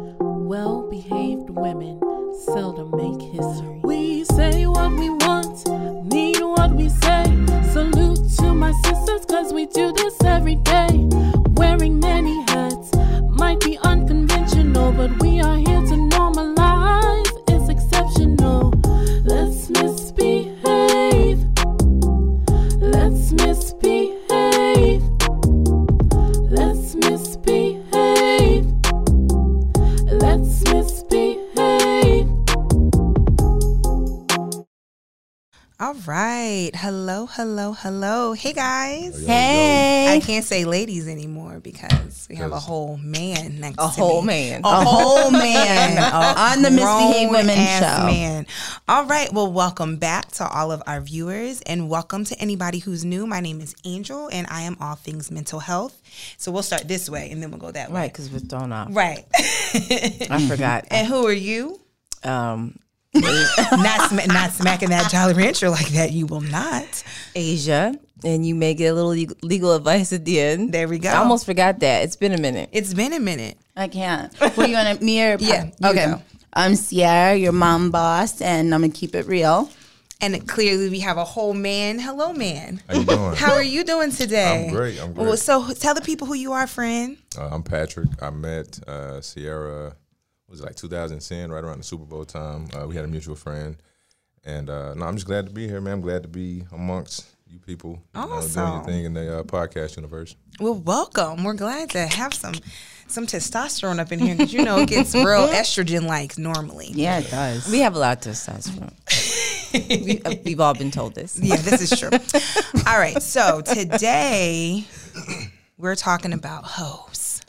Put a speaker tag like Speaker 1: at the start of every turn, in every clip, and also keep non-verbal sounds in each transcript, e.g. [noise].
Speaker 1: Well behaved women seldom make history.
Speaker 2: We say what we want, mean what we say. Salute to my sisters, cause we do this every day. Wearing many hats might be unconventional, but we are here to normalize. It's exceptional. Let's misbehave. Let's misbehave. Let's misbehave. Let's misbehave.
Speaker 3: All right. Hello, hello, hello. Hey guys. I
Speaker 4: Hey.
Speaker 3: can't say ladies anymore because we have a
Speaker 5: 'Cause-
Speaker 3: whole man next
Speaker 4: A
Speaker 3: to
Speaker 4: whole
Speaker 3: me.
Speaker 4: man.
Speaker 3: A whole man. [laughs] A
Speaker 4: On the Misbehave
Speaker 3: grown
Speaker 4: Women
Speaker 3: ass
Speaker 4: show.
Speaker 3: Man. All right. Well, welcome back to all of our viewers and welcome to anybody who's new. My name is Angel and I am all things mental health. So we'll start this way and then we'll go that way.
Speaker 4: Right, because we're thrown off.
Speaker 3: Right. [laughs]
Speaker 4: I forgot.
Speaker 3: and who are you?
Speaker 4: Um,
Speaker 3: [laughs] not, sma- not smacking that Jolly Rancher like that. You will not.
Speaker 4: Asia, and you may get a little leg- legal advice at the end.
Speaker 3: There we go.
Speaker 4: I almost forgot that. It's been a minute.
Speaker 3: It's been a minute.
Speaker 6: I can't. What do you want to mirror?
Speaker 3: [laughs] Yeah, you
Speaker 6: okay.
Speaker 3: go.
Speaker 6: I'm Sierra, your mom boss, and I'm gonna keep it real.
Speaker 3: And clearly, we have a whole man. Hello, man.
Speaker 5: How you doing?
Speaker 3: How are you doing today?
Speaker 5: I'm great, I'm great.
Speaker 3: Well, so tell the people who you are, friend.
Speaker 5: Uh, I'm Patrick. I met uh, Sierra. Was it like 2010, right around the Super Bowl time? Uh, we had a mutual friend, and uh, no, I'm just glad to be here, man. I'm glad to be amongst you people. you know, doing
Speaker 3: Awesome.
Speaker 5: your thing in the uh, podcast universe.
Speaker 3: Well, welcome. We're glad to have some some testosterone up in here because you know it gets real
Speaker 5: [laughs]
Speaker 3: estrogen like normally. Yeah.
Speaker 6: Yeah, it does.
Speaker 4: We have a lot of testosterone. we, uh, we've all been told this.
Speaker 3: this is true. All right, so today we're talking about hoes.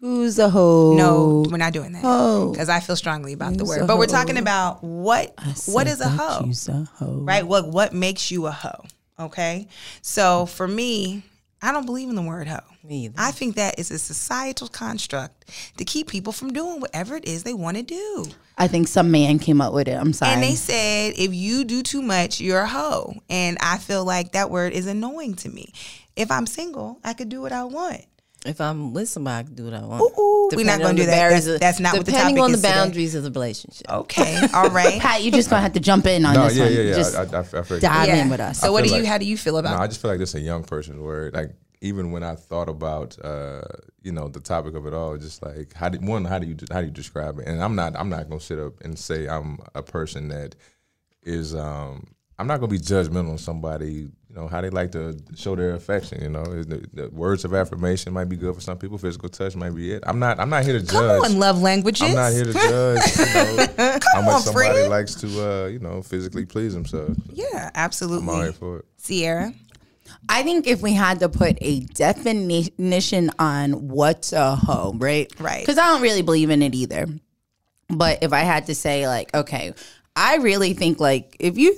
Speaker 6: Who's a hoe?
Speaker 3: No, we're not doing that
Speaker 6: Hoe.
Speaker 3: because I feel strongly about the
Speaker 6: Who's
Speaker 3: word.
Speaker 6: a
Speaker 3: But we're
Speaker 6: hoe?
Speaker 3: talking about what what is a hoe?
Speaker 6: Who's a hoe?
Speaker 3: right? What what makes you a hoe? Okay, so for me, I don't believe in the word hoe.
Speaker 4: Me either.
Speaker 3: I think that is a societal construct to keep people from doing whatever it is they want to do.
Speaker 6: I think some man came up with it. I'm sorry.
Speaker 3: And they said if you do too much, you're a hoe. And I feel like that word is annoying to me. If I'm single, I could do what I want.
Speaker 4: If I'm with somebody, I can do what I want.
Speaker 3: Ooh, ooh, we're not
Speaker 4: Depending
Speaker 3: gonna
Speaker 4: on
Speaker 3: do
Speaker 4: the
Speaker 3: that.
Speaker 4: barriers
Speaker 3: That's-
Speaker 4: of-
Speaker 3: that's not what the
Speaker 4: Depending
Speaker 3: topic
Speaker 4: on
Speaker 3: is
Speaker 4: the
Speaker 3: today.
Speaker 4: boundaries of the relationship.
Speaker 5: Oh,
Speaker 3: Okay, all right.
Speaker 6: [laughs] Pat, you're just gonna have to jump in on
Speaker 5: No,
Speaker 6: this
Speaker 5: yeah,
Speaker 6: one.
Speaker 5: yeah, yeah.
Speaker 6: Just
Speaker 5: I, I, I figured.
Speaker 6: dive
Speaker 3: Yeah.
Speaker 6: in with us.
Speaker 3: So, what do
Speaker 5: feel
Speaker 3: you?
Speaker 5: like-
Speaker 3: How do you feel
Speaker 5: No,
Speaker 3: about?
Speaker 5: I just feel like this is a young person's word. Like even when I thought about uh, you know the topic of it all, just like how do one how do you how do you describe it? And I'm not I'm not gonna sit up and say I'm a person that is um I'm not gonna be judgmental on somebody. You know how they like to show their affection. You know the, the words of affirmation might be good for some people. Physical touch might be it. I'm not I'm not here to
Speaker 3: Come
Speaker 5: judge.
Speaker 3: on, love languages.
Speaker 5: I'm not here to judge
Speaker 3: [laughs]
Speaker 5: you know, how much
Speaker 3: on,
Speaker 5: somebody
Speaker 3: friend.
Speaker 5: likes to uh, you know physically please themselves.
Speaker 3: yeah,
Speaker 5: I'm all
Speaker 3: absolutely.
Speaker 5: right for it.
Speaker 3: Sierra.
Speaker 6: I think if we had to put a definition on what's a hoe, right?
Speaker 3: Right.
Speaker 6: Because I don't really believe in it either. But if I had to say, like, okay, I really think, like, if you,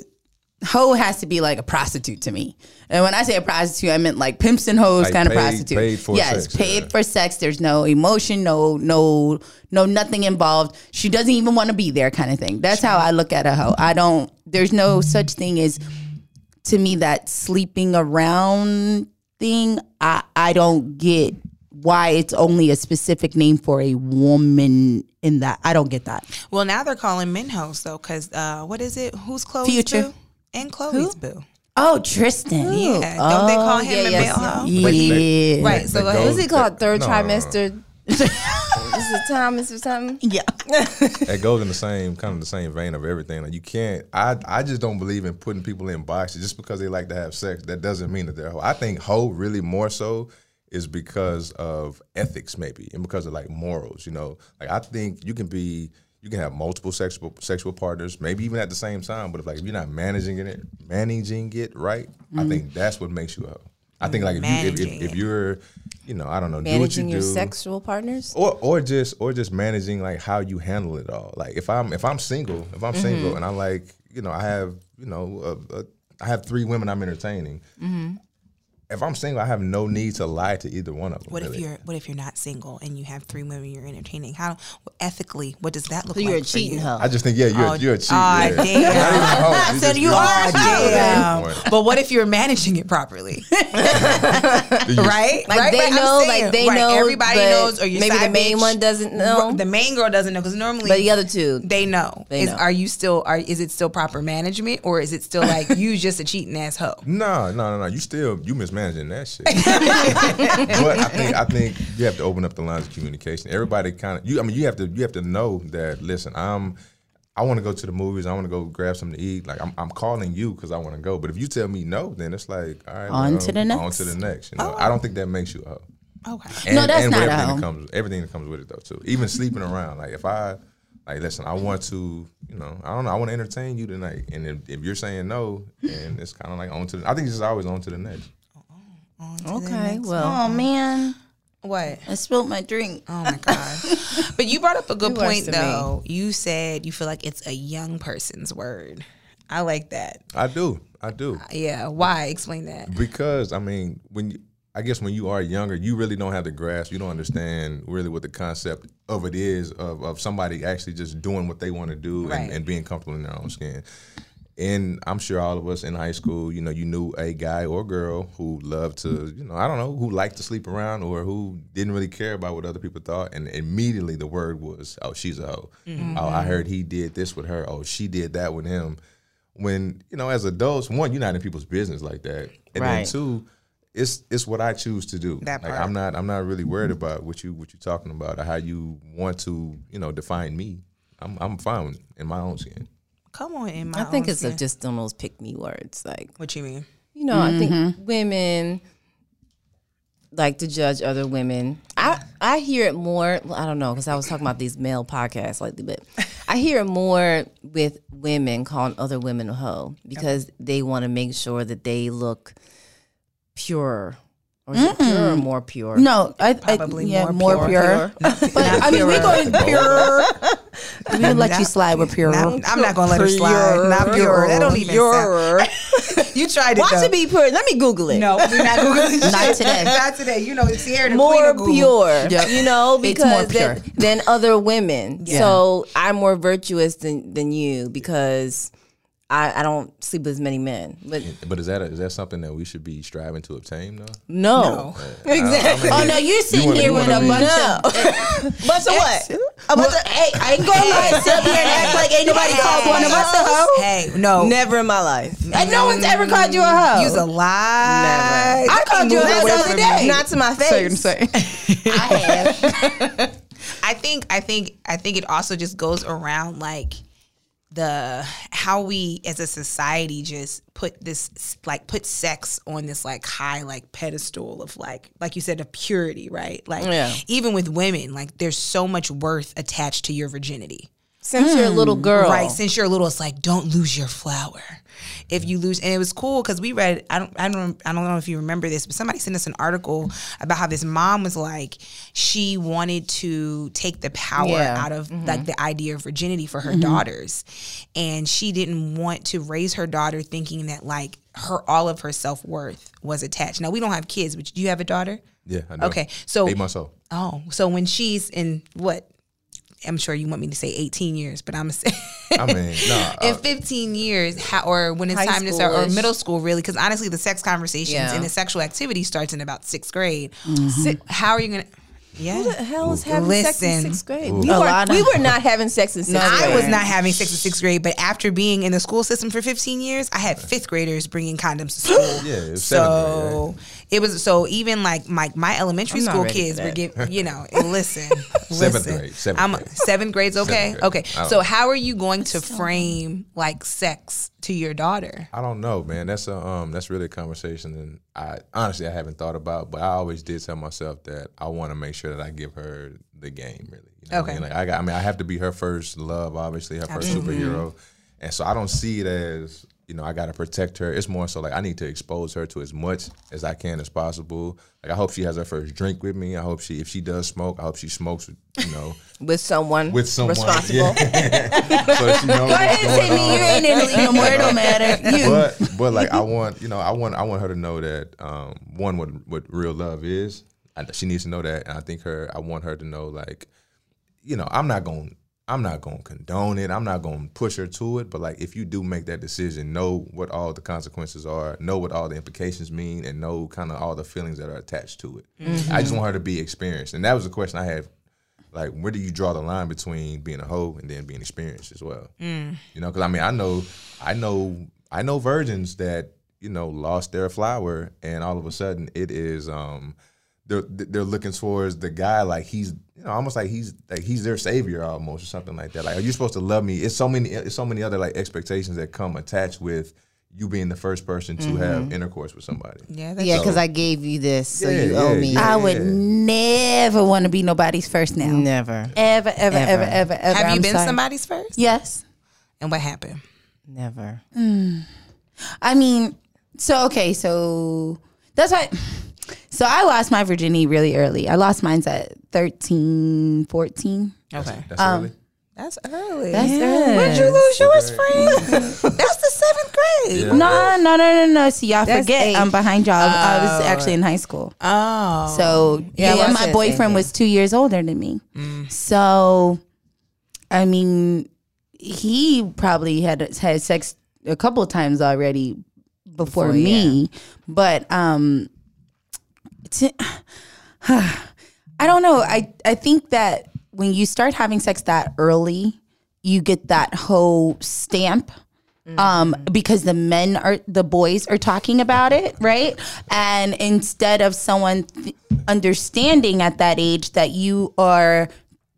Speaker 6: hoe has to be like a prostitute to me. And when I say a prostitute, I meant like pimps and hoes
Speaker 5: Like
Speaker 6: kind
Speaker 5: paid-
Speaker 6: of prostitute.
Speaker 5: paid for
Speaker 6: yes,
Speaker 5: sex,
Speaker 6: paid
Speaker 5: yeah.
Speaker 6: for sex. There's no emotion, no, no, no, nothing involved. She doesn't even want to be there kind of thing. That's how I look at a hoe. I don't, there's no such thing as to me that sleeping around thing i i don't get why it's only a specific name for a woman in that i don't get that
Speaker 3: Well, now they're calling men hoes though, because uh, what is it? Who's Chloe's
Speaker 6: Future.
Speaker 3: boo? And Chloe's boo.
Speaker 6: oh tristan
Speaker 3: Yeah, don't they call him a male hoe?
Speaker 5: But
Speaker 6: Oh, yeah
Speaker 5: they-
Speaker 3: Right, so
Speaker 5: they
Speaker 3: go ahead.
Speaker 5: go-
Speaker 3: What
Speaker 4: What's it called?
Speaker 5: they-
Speaker 4: Third
Speaker 5: no, no, no, no.
Speaker 4: trimester? is it Thomas or something?
Speaker 6: yeah
Speaker 5: that goes in the same kind of the same vein of everything. Like you can't. I I just don't believe in putting people in boxes just because they like to have sex. That doesn't mean that they're. Ho- I think hoe really more so is because of ethics maybe and because of like morals. You know, like I think you can be. You can have multiple sexual sexual partners, maybe even at the same time. But if like if you're not managing it, managing it right,
Speaker 4: Mm-hmm.
Speaker 5: I think that's what makes you a hoe. I think like if you if,
Speaker 3: Managing
Speaker 5: if, if you're, you know, I don't know,
Speaker 4: Managing
Speaker 5: do what you
Speaker 4: your
Speaker 5: do
Speaker 4: sexual partners?
Speaker 5: or or just or just managing like how you handle it all. Like if I'm if I'm single, if
Speaker 3: Mm-hmm.
Speaker 5: I'm single and I
Speaker 3: Mm-hmm.
Speaker 5: like you know I have you know uh, uh, I have three women I'm entertaining. if I'm single, I have no need to lie to either one of them.
Speaker 3: What if
Speaker 5: really.
Speaker 3: you're What if you're not single and you have three women you're entertaining? How ethically? What does that look
Speaker 4: So
Speaker 3: like?
Speaker 4: you're a
Speaker 3: for
Speaker 4: cheating
Speaker 3: you?
Speaker 4: hoe.
Speaker 5: I just think yeah, you're
Speaker 3: Oh,
Speaker 5: you're a cheat.
Speaker 3: aw,
Speaker 5: yeah.
Speaker 3: damn.
Speaker 5: [laughs] Not even
Speaker 3: I
Speaker 5: hoe, you're
Speaker 3: said
Speaker 5: just-
Speaker 3: you
Speaker 5: you're
Speaker 3: are
Speaker 5: a
Speaker 3: a
Speaker 5: cheat at that
Speaker 3: damn.
Speaker 5: point.
Speaker 3: But what if you're managing it
Speaker 5: [laughs]
Speaker 3: properly? [laughs] right?
Speaker 4: Like
Speaker 3: right?
Speaker 4: they
Speaker 3: But I'm
Speaker 4: know,
Speaker 3: saying,
Speaker 4: like they
Speaker 3: right,
Speaker 4: know.
Speaker 3: Everybody
Speaker 4: but
Speaker 3: knows, or your
Speaker 4: maybe the
Speaker 3: side
Speaker 4: main
Speaker 3: bitch,
Speaker 4: one doesn't know.
Speaker 3: The main girl doesn't know because normally,
Speaker 4: but the other two,
Speaker 3: they know.
Speaker 4: They
Speaker 3: is,
Speaker 4: know.
Speaker 3: Are you still? Are is it still proper management, or is it still like
Speaker 6: [laughs]
Speaker 3: you just a cheating ass hoe?
Speaker 5: No, no, no, no. You still you mismanaging
Speaker 6: [laughs]
Speaker 5: that shit. but I think I think you have to open up the lines of communication. Everybody kind of you. I mean, you have to you have to know that. Listen, I'm. I want to go to the movies. I want to go grab something to eat. Like I'm, I'm calling you because I want to go. But if you tell me no, then it's like all right.
Speaker 6: On
Speaker 5: well,
Speaker 6: to the
Speaker 5: On
Speaker 6: next. Oh.
Speaker 5: to the next. You know, I don't think that makes you a hoe.
Speaker 3: Okay.
Speaker 5: And,
Speaker 6: No, that's
Speaker 5: and
Speaker 6: not
Speaker 5: with
Speaker 6: a
Speaker 5: everything
Speaker 6: hoe.
Speaker 5: that comes everything that comes with it though too. Even sleeping around. Like if I like listen, I want to, you know, I don't know, I want to entertain you tonight. And if, if you're saying no, and it's kind of like on to the I think it's just always on to the next.
Speaker 6: Okay, well, oh man,
Speaker 3: What?
Speaker 6: I spilled my drink.
Speaker 3: Oh my god! but you brought up a good
Speaker 6: worse
Speaker 3: point
Speaker 6: than me.
Speaker 3: though. You said you feel like it's a young person's word. I like that.
Speaker 5: I do. I do.
Speaker 3: Yeah. Why? Explain that.
Speaker 5: Because I mean, when you, I guess when you are younger, you really don't have the grasp. You don't understand really what the concept of it is of, of somebody actually just doing what they want to do
Speaker 3: Right.
Speaker 5: and, and being comfortable in their own skin. And I'm sure all of us in high school, you know, you knew a guy or girl who loved to, you know, I don't know, who liked to sleep around or who didn't really care about what other people thought. And immediately the word was, oh, she's a hoe. Oh,
Speaker 3: Mm-hmm.
Speaker 5: I heard he did this with her. Oh, she did that with him when you know as adults one you're not in people's business like that and then
Speaker 6: Right.
Speaker 5: two it's it's what i choose to do
Speaker 3: That
Speaker 5: Like,
Speaker 3: part. Mm-hmm.
Speaker 5: i'm not i'm not really worried about what you what you're talking about or how you want to you know define me i'm i'm fine with- in my own skin
Speaker 3: Come on, in my.
Speaker 4: I think
Speaker 3: own
Speaker 4: it's
Speaker 3: skin.
Speaker 4: just the most pick me words. Like
Speaker 3: What you mean?
Speaker 4: you know, I think women like to judge other women. I I hear it more. I don't know because I was talking about these male podcasts lately, but I hear it more with women calling other women a hoe because they want to make sure that they look pure or is it pure or more pure.
Speaker 6: No, I, I
Speaker 3: Probably
Speaker 6: yeah,
Speaker 3: more pure.
Speaker 6: more, pure.
Speaker 3: [laughs]
Speaker 6: but I mean, we going pure. we gonna let you slide with pure.
Speaker 3: Not- I'm not gonna let her slide. Not pure. That don't even sound.
Speaker 4: pure.
Speaker 3: You tried it.
Speaker 4: Why
Speaker 3: though.
Speaker 4: should be pure? Let me Google it.
Speaker 3: No, we're not [laughs] Googling shit.
Speaker 6: Not today.
Speaker 3: Not today. You know, it's here.
Speaker 4: more pure.
Speaker 6: Yep.
Speaker 4: You know,
Speaker 6: It's more
Speaker 4: because than, than other women. So I'm more virtuous than, than you because I, I don't sleep with as many men. But
Speaker 5: but is that a, is that something that we should be striving to obtain though
Speaker 4: no. Exactly.
Speaker 6: Oh no, you're sitting
Speaker 5: wanna-
Speaker 6: here
Speaker 5: you
Speaker 6: with a
Speaker 5: wanna
Speaker 6: bunch
Speaker 4: No.
Speaker 6: of. [laughs]
Speaker 4: But so what?
Speaker 6: A bunch of hey, I ain't gonna lie, sit up here and act like ain't nobody called one of us a hoe.
Speaker 3: Hey, no.
Speaker 4: Never in my life.
Speaker 6: And no one's ever called you a hoe.
Speaker 3: Use a lie.
Speaker 6: I called you a hoe the other day.
Speaker 4: Not to my face.
Speaker 6: I have.
Speaker 3: I think I think I think it also just goes around like the how we as a society just put this like put sex on this like high like pedestal of like like you said of purity right like
Speaker 4: Yeah.
Speaker 3: even with women like there's so much worth attached to your virginity
Speaker 4: Since you're a little girl.
Speaker 3: Hmm, Right, since you're little, it's like don't lose your flower. If you lose, and it was cool because we read. I don't, I don't, I don't know if you remember this, but somebody sent us an article about how this mom was like she wanted to take the power
Speaker 4: Yeah. Mm-hmm.
Speaker 3: out of like the idea of virginity for her daughters, and she didn't want to raise her daughter thinking that like her all of her self worth was attached. Now we don't have kids, but do you have a daughter?
Speaker 5: yeah I do.
Speaker 3: Okay, so-
Speaker 5: eight months old
Speaker 3: Oh, so when she's in what? I'm sure you want me to say 18 years, but I'm gonna say [laughs]
Speaker 5: i mean nah,
Speaker 3: in
Speaker 5: uh,
Speaker 3: 15 years how, or when it's
Speaker 4: High
Speaker 3: time to start or
Speaker 4: school-ish.
Speaker 3: middle school really because honestly the sex conversations
Speaker 4: Yeah. Mm-hmm.
Speaker 3: and the sexual activity starts in about sixth grade Si- how are you gonna yeah
Speaker 4: The hell is having sex in
Speaker 3: Listen.
Speaker 4: sixth grade? We,
Speaker 6: A
Speaker 4: were,
Speaker 6: lot of-
Speaker 4: we were not having sex in sixth grade.
Speaker 3: I was not having sixth and sixth grade, but after being in the school system for 15 years, I had fifth graders bringing condoms
Speaker 5: [gasps]
Speaker 3: to school.
Speaker 5: Yeah, it was seventh grade,
Speaker 3: so it was so even like my my elementary
Speaker 4: I'm not
Speaker 3: school
Speaker 4: ready
Speaker 3: kids
Speaker 4: for
Speaker 3: were
Speaker 4: that.
Speaker 3: giving you
Speaker 5: [laughs]
Speaker 3: know listen
Speaker 5: Seventh
Speaker 3: listen.
Speaker 5: grade, seventh
Speaker 3: I'm
Speaker 5: grade.
Speaker 3: seventh grade's okay
Speaker 5: Seventh grade. Oh. I
Speaker 3: okay.
Speaker 5: don't
Speaker 3: So
Speaker 5: know.
Speaker 3: how are you going to frame like sex to your daughter?
Speaker 5: I don't know, man. That's a um, that's really a conversation, and I honestly I haven't thought about. But I always did tell myself that I want to make sure that I give her the game, really. You know what
Speaker 3: Okay.
Speaker 5: I mean, like I,
Speaker 3: Mm-hmm.
Speaker 5: got, I mean, I have to be her first love, obviously her first superhero, and so I don't see it as you know, I gotta protect her. It's more so like I need to expose her to as much as I can as possible. Like I hope she has her first drink with me. I hope she, if she does smoke, I hope she smokes. with, You know,
Speaker 4: with someone
Speaker 5: with someone
Speaker 4: responsible.
Speaker 6: [laughs]
Speaker 5: Yeah. so she knows
Speaker 6: Go ahead
Speaker 5: what's
Speaker 6: and
Speaker 5: going
Speaker 6: say me. You
Speaker 5: on.
Speaker 6: ain't in the league no more. It don't matter. [laughs] You.
Speaker 5: But but like I want you know I want I want her to know that um one what what real love is. I, she needs to know that, and I think her I want her to know like you know I'm not going. to I'm not gonna condone it. I'm not gonna push her to it. But like, if you do make that decision, know what all the consequences are, know what all the implications mean, and know kind of all the feelings that are attached to it.
Speaker 6: Mm-hmm.
Speaker 5: I just want her to be experienced, and that was the question I had like where do you draw the line between being a hoe and then being experienced as well you know because i mean i know i know i know virgins that you know lost their flower and all of a sudden it is um they're they're looking towards the guy like he's you know almost like he's like he's their savior almost or something like that like are you supposed to love me it's so many it's so many other like expectations that come attached with you being the first person to have intercourse with somebody
Speaker 3: Yeah, that's
Speaker 4: yeah, because I gave you this, so
Speaker 5: Yeah,
Speaker 4: you owe
Speaker 5: yeah,
Speaker 4: me.
Speaker 5: yeah.
Speaker 6: I would never want to be nobody's first now.
Speaker 4: Never,
Speaker 6: Ever, ever,
Speaker 4: Ever.
Speaker 6: ever, ever, ever.
Speaker 3: Have you
Speaker 6: I'm
Speaker 3: been
Speaker 6: sorry.
Speaker 3: somebody's first?
Speaker 6: Yes.
Speaker 3: And what happened?
Speaker 4: never.
Speaker 6: I mean, so okay, so that's why. So I lost my virginity really early. I lost mine at 13, 14.
Speaker 3: Okay,
Speaker 5: that's really
Speaker 3: that's early.
Speaker 6: That's
Speaker 3: Did you lose yours, friend? [laughs] that's the seventh grade.
Speaker 5: Yeah.
Speaker 6: No, no, no, no, no. See, y'all
Speaker 4: That's
Speaker 6: forget
Speaker 4: eight.
Speaker 6: I'm behind y'all. I was actually in high school.
Speaker 3: Oh,
Speaker 6: So yeah,
Speaker 4: Yeah, well, I
Speaker 6: my
Speaker 4: said
Speaker 6: boyfriend
Speaker 4: same
Speaker 6: was two years older than me. So, I mean, he probably had had sex a couple of times already before,
Speaker 4: Before,
Speaker 6: me, but um, t- I don't know. I I think that when you start having sex that early, you get that whole stamp um, because the men are the boys are talking about it, right? And instead of someone th- understanding at that age that you are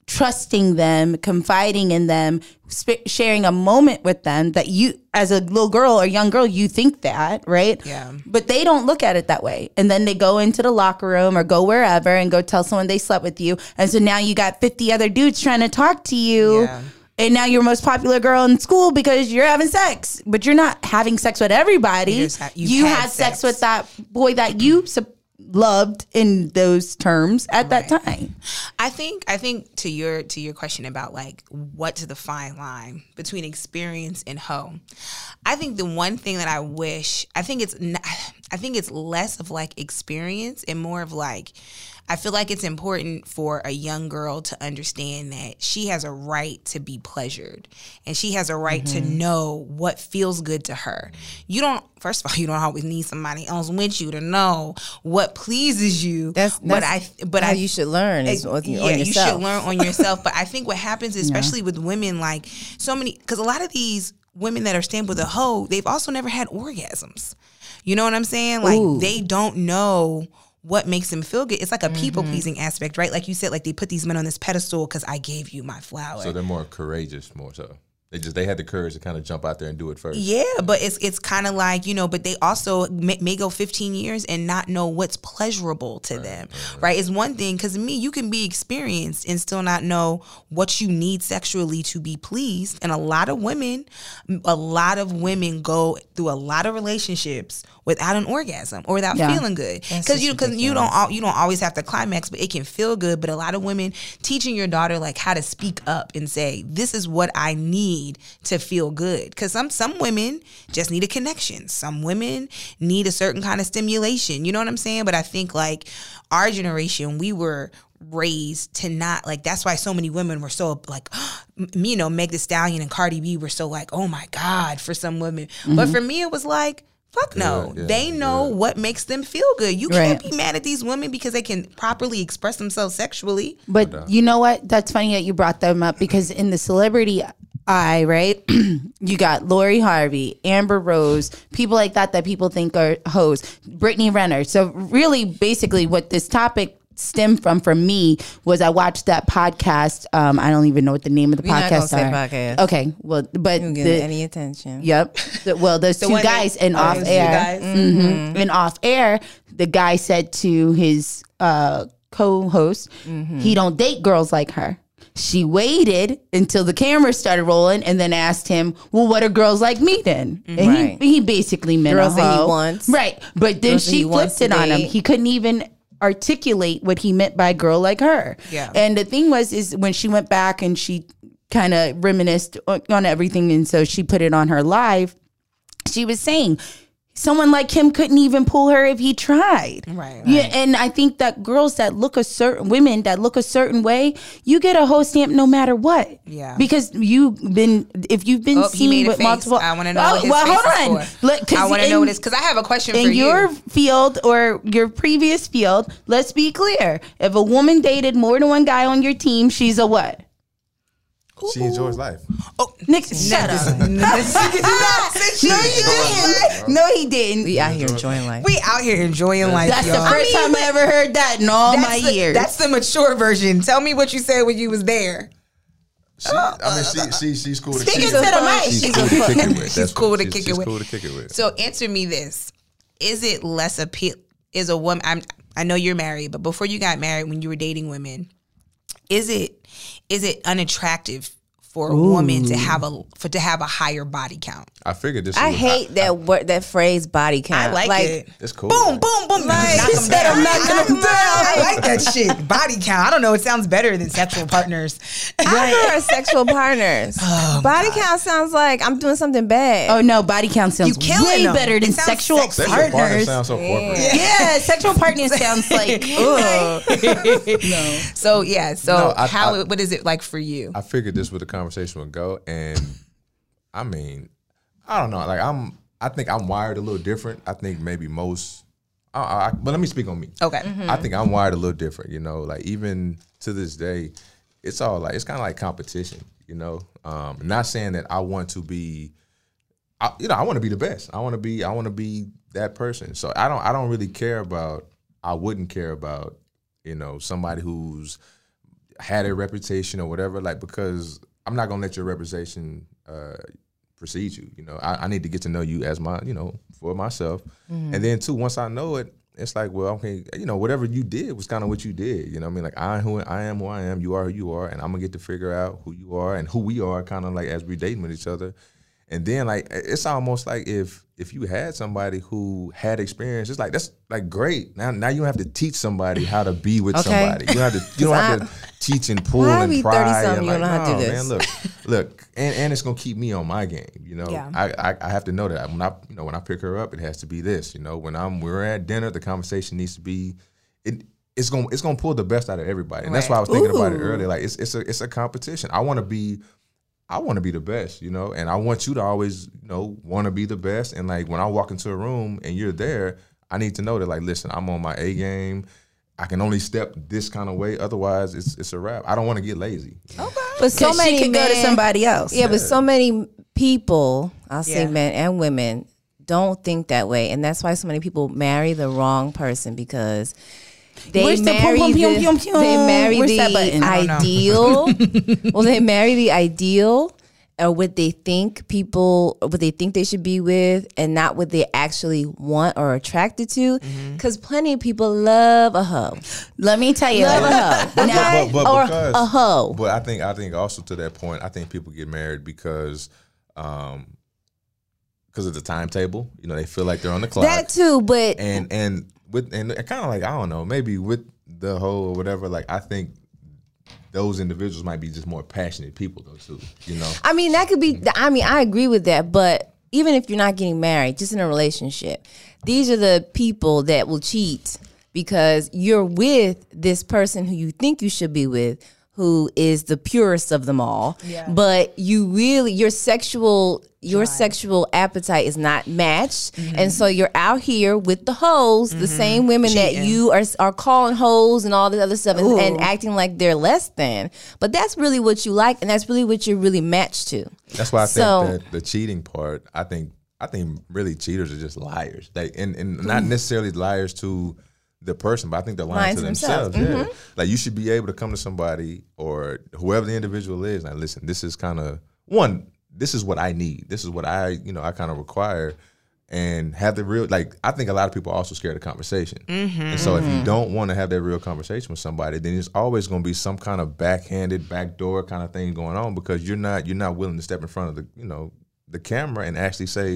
Speaker 6: trusting them, confiding in them, sp- sharing a moment with them that you, as a little girl or young girl, you think that, right?
Speaker 3: Yeah.
Speaker 6: But they don't look at it that way. And then they go into the locker room or go wherever and go tell someone they slept with you. And so now you got 50 other dudes trying to talk to you.
Speaker 3: Yeah.
Speaker 6: And now you're the most popular girl in school because you're having sex, but you're not having sex with everybody.
Speaker 3: You
Speaker 6: You,
Speaker 3: just ha- you've had
Speaker 6: had sex.
Speaker 3: sex.
Speaker 6: with that boy that you sup- loved in those terms at that time.
Speaker 3: I think I think to your to your question about like what's the fine line between experience and hoe. I think the one thing that I wish I think it's n I think it's less of like experience and more of like I feel like it's important for a young girl to understand that she has a right to be pleasured and she has a right to
Speaker 4: Mm-hmm.
Speaker 3: know what feels good to her. You don't first of all [laughs] you don't always need somebody else with you to know what pleases you.
Speaker 4: That's,
Speaker 3: but I
Speaker 4: that's
Speaker 3: but
Speaker 4: how
Speaker 3: I
Speaker 4: you should learn is on,
Speaker 3: yeah,
Speaker 4: on yourself.
Speaker 3: you should learn on yourself. but I think what
Speaker 4: [laughs]
Speaker 3: happens, especially with women, like so many, because a lot of these women that are stamped with a hoe, they've also never had orgasms. You know what I'm saying? Like they don't know what makes them feel good. It's like a people
Speaker 4: Mm-hmm.
Speaker 3: pleasing aspect, right? Like you said, like they put these men on this pedestal because I gave you my flower.
Speaker 5: So they're more courageous, more so. They just they had the courage to kind of jump out there and do it first.
Speaker 3: Yeah, but it's it's kind of like you know, but they also may, may go 15 years and not know what's pleasurable to them, right. It's one thing because me, you can be experienced and still not know what you need sexually to be pleased. And a lot of women, a lot of women go through a lot of relationships without an orgasm or without
Speaker 6: Yeah.
Speaker 3: feeling good because you because you don't al- you don't always have to climax, but it can feel good. But a lot of women teaching your daughter like how to speak up and say this is what I need to feel good because some some women just need a connection. Some women need a certain kind of stimulation. You know what I'm saying? But I think like our generation, we were raised to not like that's why so many women were so like [gasps] m- you know Meg the Stallion and Cardi B were so like oh my god for some women but for me it was like fuck no
Speaker 5: Yeah, yeah,
Speaker 3: they know
Speaker 5: yeah.
Speaker 3: what makes them feel good you can't
Speaker 6: Right.
Speaker 3: be mad at these women because they can properly express themselves sexually
Speaker 6: But you know what? That's funny that you brought them up because in the celebrity eye, right? [clears throat] you got Lori Harvey, Amber Rose, people like that that people think are hoes, Brittany Renner. So really, basically, what this topic stemmed from for me was I watched that podcast. Um, I don't even know what the name of the
Speaker 4: We're
Speaker 6: podcast
Speaker 4: not gonna say
Speaker 6: are.
Speaker 4: podcast.
Speaker 6: Okay, well, but
Speaker 4: You don't get
Speaker 6: the-
Speaker 4: any attention.
Speaker 6: Yep. The- well, those two
Speaker 3: one that-
Speaker 6: guys in
Speaker 3: oh,
Speaker 6: off
Speaker 3: those two
Speaker 6: air.
Speaker 3: guys.
Speaker 4: Mm-hmm.
Speaker 6: Mhm. In off air, the guy
Speaker 4: Mm-hmm.
Speaker 6: said to his uh, co-host, "He don't date girls like her." She waited until the cameras started rolling and then asked him, Well, what are girls like me then? And
Speaker 4: Right.
Speaker 6: he, he basically meant
Speaker 4: Girls
Speaker 6: a
Speaker 4: that he
Speaker 6: hoe.
Speaker 4: wants.
Speaker 6: Right. But then
Speaker 4: Girls that
Speaker 6: she
Speaker 4: he wants
Speaker 6: flipped it
Speaker 4: to
Speaker 6: on him.
Speaker 4: date.
Speaker 6: He couldn't even articulate what he meant by girl like her.
Speaker 3: Yeah.
Speaker 6: And the thing was, is when she went back and she kind of reminisced on on everything, and so she put it on her live, she was saying, Someone like him couldn't even pull her if he tried.
Speaker 3: Right,
Speaker 6: Yeah, and I think that girls that look a certain women that look a certain way, you get a whole stamp no matter what.
Speaker 3: Yeah.
Speaker 6: Because you've been if you've been
Speaker 3: Oh, he
Speaker 6: seen
Speaker 3: made a
Speaker 6: with
Speaker 3: face.
Speaker 6: multiple
Speaker 3: I want to know
Speaker 6: Oh,
Speaker 3: what his
Speaker 6: well,
Speaker 3: face
Speaker 6: hold
Speaker 3: is
Speaker 6: on.
Speaker 3: for.
Speaker 6: Look, 'cause
Speaker 3: I want to
Speaker 6: in-
Speaker 3: know what it is because I have a question for
Speaker 6: in
Speaker 3: you. [laughs]
Speaker 6: your [laughs] field or your previous field, let's be clear. If a woman dated more than one guy on your team, she's a what?
Speaker 5: She enjoys life.
Speaker 3: oh,
Speaker 6: Nick, shut
Speaker 3: [laughs]
Speaker 6: up.
Speaker 3: Since
Speaker 6: No,
Speaker 3: you-
Speaker 6: he didn't. No, he didn't.
Speaker 4: We out here enjoying life.
Speaker 3: we out here enjoying life,
Speaker 6: That's
Speaker 3: y'all.
Speaker 6: the first time I ever heard that in all
Speaker 3: That's
Speaker 6: my
Speaker 3: the-
Speaker 6: years.
Speaker 3: That's the mature version. Tell me what you said when you was there.
Speaker 5: She, I mean, she, she, she's cool to
Speaker 6: Speak
Speaker 5: kick
Speaker 6: into
Speaker 5: it
Speaker 6: the
Speaker 5: with.
Speaker 6: mic.
Speaker 5: She's
Speaker 6: She's
Speaker 5: cool
Speaker 6: a
Speaker 5: to
Speaker 6: fuck-
Speaker 5: kick
Speaker 3: [laughs]
Speaker 5: it with. That's
Speaker 3: cool
Speaker 5: what-
Speaker 3: to
Speaker 5: she's-
Speaker 3: kick it
Speaker 5: she's
Speaker 3: with.
Speaker 5: cool to kick it with.
Speaker 3: So answer me this: Is it less appeal? Is a woman? I'm, I know you're married, but before you got married, when you were dating women, is it is it unattractive for a woman to have a for to have a higher body count?
Speaker 5: I figured this.
Speaker 4: I
Speaker 5: was-
Speaker 4: hate that word, that phrase, body count.
Speaker 3: I like, it.
Speaker 5: It's cool.
Speaker 3: Boom, boom, boom. knock 'em
Speaker 6: said,
Speaker 3: down.
Speaker 6: "I'm knocking 'em down."
Speaker 3: I like that shit. Body count. I don't know. It sounds better than sexual partners.
Speaker 4: After our sexual partners, body count sounds like I'm doing something bad.
Speaker 6: Oh no, body count sounds
Speaker 3: You killing
Speaker 6: way
Speaker 3: them.
Speaker 6: better than
Speaker 3: It sounds
Speaker 6: sexual
Speaker 3: sexy.
Speaker 5: Sexual partner
Speaker 6: partners.
Speaker 5: sounds so corporate.
Speaker 6: [laughs]
Speaker 3: [laughs]
Speaker 6: Yeah, sexual partners sounds like ugh.
Speaker 3: [laughs] So yeah. So
Speaker 5: No, I-
Speaker 3: how?
Speaker 5: I-
Speaker 3: what is it like for you?
Speaker 5: I figured this where the conversation would go, and I mean, I don't know. Like I'm, I think I'm wired a little different. I think maybe most. I, I, but let me speak on me.
Speaker 3: Okay.
Speaker 5: I think I'm wired a little different. You know, like even to this day, it's all like it's kind of like competition. You know, um, not saying that I want to be I, you know, I want to be the best. I want to be, I want to be that person. So I don't, I don't really care about. I wouldn't care about, you know, somebody who's had a reputation or whatever. Like because I'm not gonna let your reputation uh, precede you. You know, I, I need to get to know you as my, you know, for myself. And then too, once I know it, it's like, well, okay, you know, whatever you did was kind of what you did. You know, what I mean, like I who I am, who I am. You are who you are, and I'm gonna get to figure out who you are and who we are, kind of like as we dating with each other. And then like it's almost like if if you had somebody who had experience, it's like that's like great. Now now you don't have to teach somebody how to be with
Speaker 4: Okay.
Speaker 5: somebody. You don't have to you don't have to teach and pull
Speaker 4: Why
Speaker 5: and
Speaker 4: we
Speaker 5: pry.
Speaker 4: 30-something,
Speaker 5: and
Speaker 4: you
Speaker 5: like,
Speaker 4: don't know how to do
Speaker 5: "No, Man,
Speaker 4: this?"
Speaker 5: look, [laughs] look, and, and it's gonna keep me on my game. You know,
Speaker 3: Yeah.
Speaker 5: I, I I have to know that when I you know when I pick her up, it has to be this. You know, when I'm we're at dinner, the conversation needs to be it. It's gonna it's gonna pull the best out of everybody, and that's why I was thinking about it earlier. Like it's it's a it's a competition. I want to be I want to be the best, you know, and I want you to always, you know, want to be the best. And like when I walk into a room and you're there, I need to know that, like, listen, I'm on my A game. I can only step this kind of way, otherwise, it's it's a wrap. I don't want to get lazy.
Speaker 4: but so
Speaker 6: Cause she
Speaker 4: many
Speaker 6: could go to
Speaker 4: men-
Speaker 6: somebody else.
Speaker 4: Yeah, but so many people, I'll say
Speaker 3: Yeah.
Speaker 4: men and women, don't think that way, and that's why so many people marry the wrong person because they
Speaker 6: Where's the pum,
Speaker 4: marry
Speaker 6: pum,
Speaker 4: the,
Speaker 6: pum, pum, pum?
Speaker 4: they marry
Speaker 6: Where's
Speaker 4: the
Speaker 6: that button? I [laughs]
Speaker 4: ideal. well, they marry the ideal or what they think people, what they think they should be with, and not what they actually want or attracted to.
Speaker 6: Mm-hmm.
Speaker 4: Because plenty of people love a hoe,
Speaker 6: Let me tell you. [laughs]
Speaker 4: love a hoe, okay,
Speaker 5: but- but
Speaker 4: or
Speaker 5: because-
Speaker 4: a hoe.
Speaker 5: But I think I think also to that point, I think people get married because um because of the timetable. You know, they feel like they're on the clock.
Speaker 4: That too, but
Speaker 5: and and with and kind of like I don't know, maybe with the whole or whatever. Like I think those individuals might be just more passionate people though too. You know,
Speaker 4: I mean, that could be. I mean, I agree with that, but even if you're not getting married, just in a relationship, these are the people that will cheat because you're with this person who you think you should be with, who is the purest of them all. But you really, your sexual, your sexual appetite is not matched,
Speaker 6: Mm-hmm.
Speaker 4: and so you're out here with the hoes, the same women that you are are calling hoes and all this other stuff, and, and acting like they're less than. But that's really what you like, and that's really what you're really matched to.
Speaker 5: that's why I think
Speaker 4: So-
Speaker 5: that the cheating part. I think I think really cheaters are just liars. Like and and not necessarily liars to the person, but I think they're lying
Speaker 4: Lying
Speaker 5: to
Speaker 4: to
Speaker 5: themselves.
Speaker 4: themselves.
Speaker 5: Yeah, like you should be able to come to somebody or whoever the individual is. Like, listen, this is kind of one. This is what I need. This is what I you know I kind of require. and have the real like I think a lot of people are also scared of conversation. And so if you don't want to have that real conversation with somebody, then it's always going to be some kind of backhanded, backdoor kind of thing going on because you're not you're not willing to step in front of the, you know, the camera and actually say,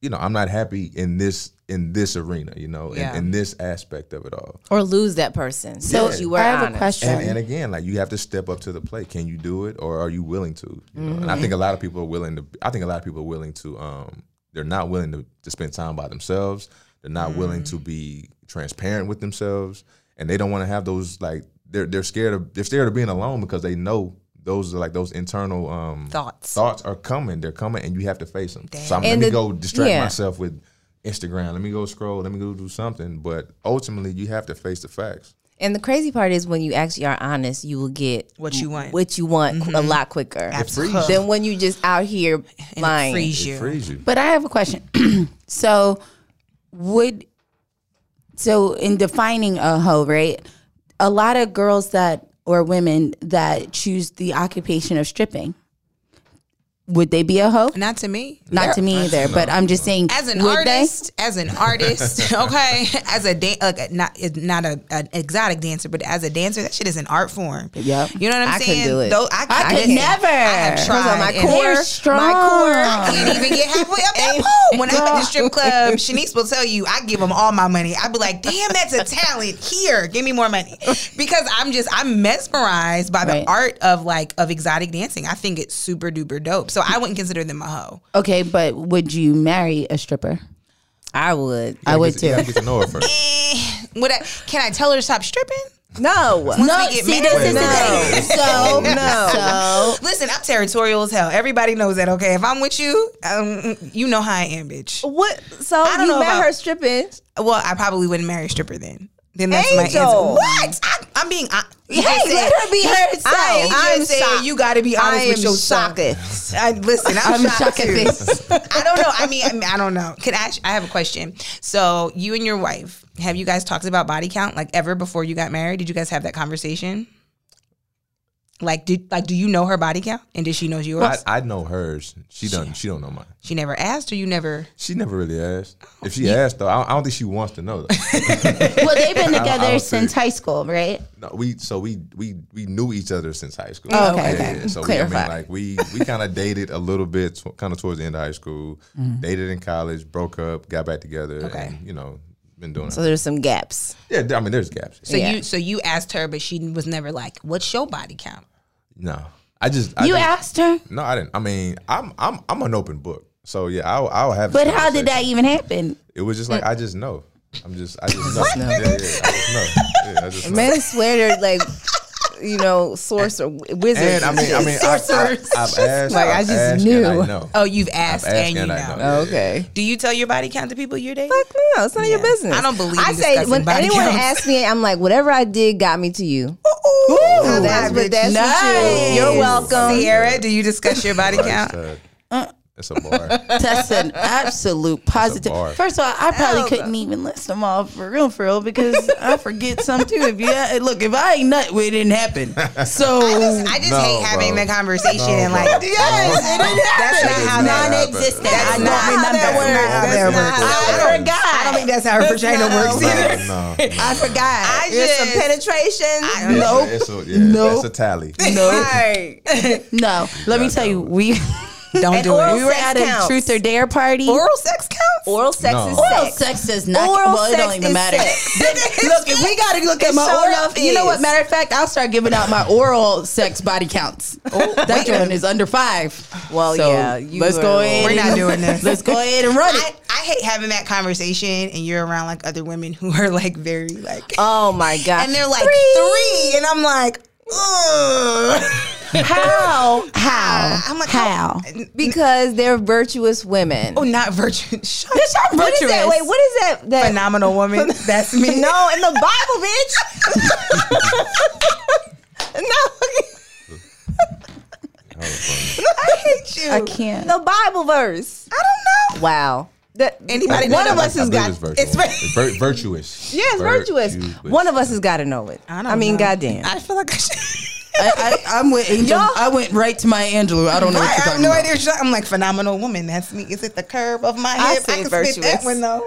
Speaker 5: you know, I'm not happy in this in this arena, you know,
Speaker 3: Yeah.
Speaker 5: in, in this aspect of it all.
Speaker 4: or lose that person. So you were
Speaker 6: I have
Speaker 4: honest.
Speaker 6: a question.
Speaker 5: And, and again, like you have to step up to the plate. Can you do it, or are you willing to? You know?
Speaker 4: Mm-hmm.
Speaker 5: And I think a lot of people are willing to. I think a lot of people are willing to. Um, they're not willing to, to spend time by themselves. They're not willing
Speaker 4: Mm.
Speaker 5: to be transparent with themselves, and they don't want to have those like they're they're scared of they're scared of being alone because they know those are like those internal um,
Speaker 3: Thoughts.
Speaker 5: Thoughts are coming. They're coming, and you have to face them. So I'm, let
Speaker 4: And
Speaker 5: me
Speaker 4: the-
Speaker 5: go distract
Speaker 4: yeah.
Speaker 5: myself with. Instagram. Let me go scroll. Let me go do something. But ultimately, you have to face the facts.
Speaker 4: And the crazy part is when you actually are honest, you will get
Speaker 3: What you want.
Speaker 4: what you want qu-
Speaker 6: Mm-hmm.
Speaker 4: a lot quicker
Speaker 3: Absolutely.
Speaker 4: than when you just out here
Speaker 3: And it
Speaker 4: lying.
Speaker 3: frees
Speaker 5: It
Speaker 3: you.
Speaker 5: frees you.
Speaker 6: But I have a question. [clears throat] so would so in defining a hoe, right? A lot of girls that or women that choose the occupation of stripping, would they be a hoe?
Speaker 3: Not to me.
Speaker 6: Not to me either, but I'm just saying.
Speaker 3: As an
Speaker 6: would
Speaker 3: artist, as an
Speaker 6: [laughs]
Speaker 3: artist, okay, as a dan- like a- not it's not a, an exotic dancer, but as a dancer, that shit is an art form.
Speaker 6: Yep.
Speaker 3: you know what I'm
Speaker 4: I couldn't
Speaker 3: saying.
Speaker 4: do it.
Speaker 3: Though I,
Speaker 6: I could
Speaker 3: listen,
Speaker 6: never.
Speaker 3: I have
Speaker 6: Because
Speaker 3: tried.
Speaker 6: of my
Speaker 3: and
Speaker 6: core.
Speaker 3: they're
Speaker 6: They're strong.
Speaker 3: My core. I can't even get halfway
Speaker 6: [laughs]
Speaker 3: up that pole. When I'm at the strip club, Shanice will tell you, I give them all my money. I'd be like, damn, that's a talent. Here, give me more money because I'm just I'm mesmerized by the
Speaker 6: Right.
Speaker 3: art of like of exotic dancing. I think it's super duper dope. So I wouldn't consider them a hoe.
Speaker 6: they? Okay, but would you marry a stripper?
Speaker 4: I would.
Speaker 6: I would
Speaker 5: You
Speaker 6: too.
Speaker 5: gotta get to know her first.
Speaker 3: Eh, would I, can I tell her to stop stripping?
Speaker 4: No.
Speaker 6: No,
Speaker 3: we get
Speaker 6: see,
Speaker 3: married.
Speaker 6: this is
Speaker 5: No.
Speaker 6: the thing. [laughs] So, no. So,
Speaker 3: Listen, I'm territorial as hell. Everybody knows that. Okay, if I'm with you, um, you know how I am, bitch.
Speaker 4: What? So
Speaker 3: I don't
Speaker 4: you
Speaker 3: know
Speaker 4: met
Speaker 3: about-
Speaker 4: her stripping?
Speaker 3: Well, I probably wouldn't marry a stripper then. Then that's my answer.
Speaker 4: Angel.
Speaker 3: What? I, I'm being. I, hey,
Speaker 6: let her be herself.
Speaker 3: I,
Speaker 6: I'm
Speaker 3: I'm saying
Speaker 6: shocked.
Speaker 3: you got to be honest
Speaker 4: I
Speaker 3: with
Speaker 4: am
Speaker 3: yourself. I, listen, I'm,
Speaker 6: I'm
Speaker 3: shocked,
Speaker 6: shocked at
Speaker 3: too.
Speaker 6: this.
Speaker 3: I don't know. I mean, I, mean, I don't know. Can I? I have a question. So, you and your wife, have you guys talked about body count like ever before you got married? Did you guys have that conversation? Like, did like do you know her body count, and did she know yours?
Speaker 5: I, I know hers. She don't. She don't know mine.
Speaker 3: She never asked, or you never.
Speaker 5: She never really asked. If she asked though, I, I don't think she wants to know.
Speaker 6: [laughs] [laughs]
Speaker 5: Though.
Speaker 6: well, they've been
Speaker 5: I
Speaker 6: together
Speaker 5: would
Speaker 6: since
Speaker 5: say-
Speaker 6: high school, right?
Speaker 5: no, we so we we we knew each other since high school.
Speaker 6: Oh, okay, okay.
Speaker 5: So we, I
Speaker 6: Clarify.
Speaker 5: mean, like we we kind of dated a little bit, tw- kind of towards the end of high school.
Speaker 6: Mm-hmm.
Speaker 5: Dated in college, broke up, got back together,
Speaker 3: Okay.
Speaker 5: and you know, been doing.
Speaker 4: So
Speaker 5: it.
Speaker 4: there's some gaps.
Speaker 5: Yeah, there- I mean, there's gaps.
Speaker 3: So
Speaker 4: Yeah.
Speaker 3: you so you asked her, but she was never like, "What's your body count?"
Speaker 5: No, I just I
Speaker 6: You
Speaker 5: just-
Speaker 6: asked her,
Speaker 5: No, I didn't. I mean, I'm I'm I'm an open book. So yeah, I'll I'll have. this
Speaker 6: but how did
Speaker 5: conversation.
Speaker 6: that even happen?
Speaker 5: It was just like I just know. I'm just I
Speaker 4: [laughs]
Speaker 5: just know. Yeah, yeah, I just know. Yeah, I just know.
Speaker 4: Men swear they're like, you know, sorcerer,
Speaker 5: And
Speaker 4: wizards.
Speaker 5: I mean, I mean, I, have asked.
Speaker 4: [laughs] Like,
Speaker 5: I've
Speaker 4: I just
Speaker 5: asked
Speaker 4: knew. Oh,
Speaker 5: And I know.
Speaker 3: Oh, you've asked,
Speaker 5: asked
Speaker 3: and you
Speaker 5: and
Speaker 3: know.
Speaker 5: I know.
Speaker 4: okay.
Speaker 3: Do you tell your body count to people you're dating?
Speaker 4: Fuck no, it's none of your business.
Speaker 3: I don't believe
Speaker 4: I
Speaker 3: in
Speaker 4: say
Speaker 3: discussing
Speaker 4: when
Speaker 3: body
Speaker 4: anyone
Speaker 3: counts.
Speaker 4: asks me, I'm like, whatever I did got me to you.
Speaker 3: Ooh,
Speaker 4: So that's what that's what
Speaker 6: Nice.
Speaker 4: you. You're welcome.
Speaker 3: Sierra, do you discuss your body count?
Speaker 4: Uh.
Speaker 5: It's a bar.
Speaker 4: [laughs]
Speaker 6: That's an absolute positive.
Speaker 5: bar.
Speaker 6: First of all, I probably
Speaker 4: Hell
Speaker 6: couldn't even list them all for real, for real, because I forget some too. If you [laughs] look, if I ain't nut, well, it didn't happen.
Speaker 5: [laughs]
Speaker 6: So
Speaker 3: I just
Speaker 5: No,
Speaker 3: hate having
Speaker 5: bro.
Speaker 3: the conversation
Speaker 5: No,
Speaker 3: and
Speaker 5: bro.
Speaker 3: like,
Speaker 5: No. [laughs]
Speaker 3: that's not how that.
Speaker 5: non-existent.
Speaker 3: That's not how that works.
Speaker 5: That's
Speaker 3: That's not
Speaker 5: not how
Speaker 3: how
Speaker 5: that
Speaker 3: that
Speaker 5: works.
Speaker 3: works. I don't think that's how her vagina works either.
Speaker 5: No, no.
Speaker 4: [laughs] I forgot. I
Speaker 3: There's some
Speaker 4: penetration.
Speaker 5: no.
Speaker 3: No.
Speaker 5: It's a, yeah,
Speaker 6: Nope.
Speaker 5: It's a
Speaker 4: [laughs]
Speaker 5: tally.
Speaker 3: [laughs]
Speaker 6: no, let me tell you, we [laughs]
Speaker 3: Don't
Speaker 4: And
Speaker 3: do
Speaker 4: oral
Speaker 3: it.
Speaker 6: we were
Speaker 4: sex
Speaker 6: at a
Speaker 4: counts.
Speaker 6: truth or dare party.
Speaker 3: Oral sex counts?
Speaker 4: Oral sex
Speaker 5: No.
Speaker 4: is
Speaker 6: Oral
Speaker 4: sex.
Speaker 6: sex does not.
Speaker 4: Oral
Speaker 6: well, it
Speaker 4: sex
Speaker 6: don't even
Speaker 4: is
Speaker 6: matter.
Speaker 4: sex.
Speaker 3: [laughs]
Speaker 6: look, if we gotta look at
Speaker 4: It
Speaker 6: my
Speaker 4: sure
Speaker 6: oral.
Speaker 4: enough
Speaker 6: You know what?
Speaker 4: is.
Speaker 6: Matter of fact, I'll start giving out my oral sex body counts. that one is under five.
Speaker 4: Well,
Speaker 6: So,
Speaker 4: yeah. you
Speaker 6: let's
Speaker 4: are-
Speaker 6: go ahead.
Speaker 3: We're not doing this.
Speaker 6: Let's go ahead and run
Speaker 3: I,
Speaker 6: it.
Speaker 3: I hate having that conversation and you're around like other women who are like very like
Speaker 4: Oh my god.
Speaker 3: and they're like three, and I'm like, [laughs] ugh.
Speaker 6: How? How?
Speaker 3: I'm like,
Speaker 6: how?
Speaker 4: because they're virtuous women.
Speaker 3: Oh, not virgin. Shut
Speaker 6: Bitch, I'm
Speaker 4: what is that?
Speaker 6: virtuous.
Speaker 4: Wait, what is that? That
Speaker 3: phenomenal woman. That's [laughs] me.
Speaker 4: no in the Bible, bitch. no,
Speaker 3: I hate you.
Speaker 6: I can't.
Speaker 4: the Bible verse.
Speaker 3: I don't know.
Speaker 4: Wow. That
Speaker 3: Anybody
Speaker 4: One
Speaker 3: know
Speaker 4: of
Speaker 3: that?
Speaker 4: us has
Speaker 5: I believe
Speaker 4: got.
Speaker 5: it's
Speaker 3: it's
Speaker 5: virtuous. It's,
Speaker 3: vir-
Speaker 5: vir- virtuous.
Speaker 4: [laughs] Yeah, it's virtuous. One of us has got to know it. I,
Speaker 3: don't
Speaker 4: mean,
Speaker 3: know.
Speaker 4: goddamn.
Speaker 3: I feel like I should.
Speaker 6: I, I, I'm with Angel. I went right to my Angelou. I
Speaker 3: [laughs]
Speaker 6: don't know what
Speaker 3: I
Speaker 6: you're
Speaker 3: have
Speaker 6: talking
Speaker 3: no
Speaker 6: about.
Speaker 3: idea. what you're talking- I'm like phenomenal woman. That's me. Is it the curve of my
Speaker 4: I
Speaker 3: hip?
Speaker 4: say virtuous.
Speaker 3: that one though.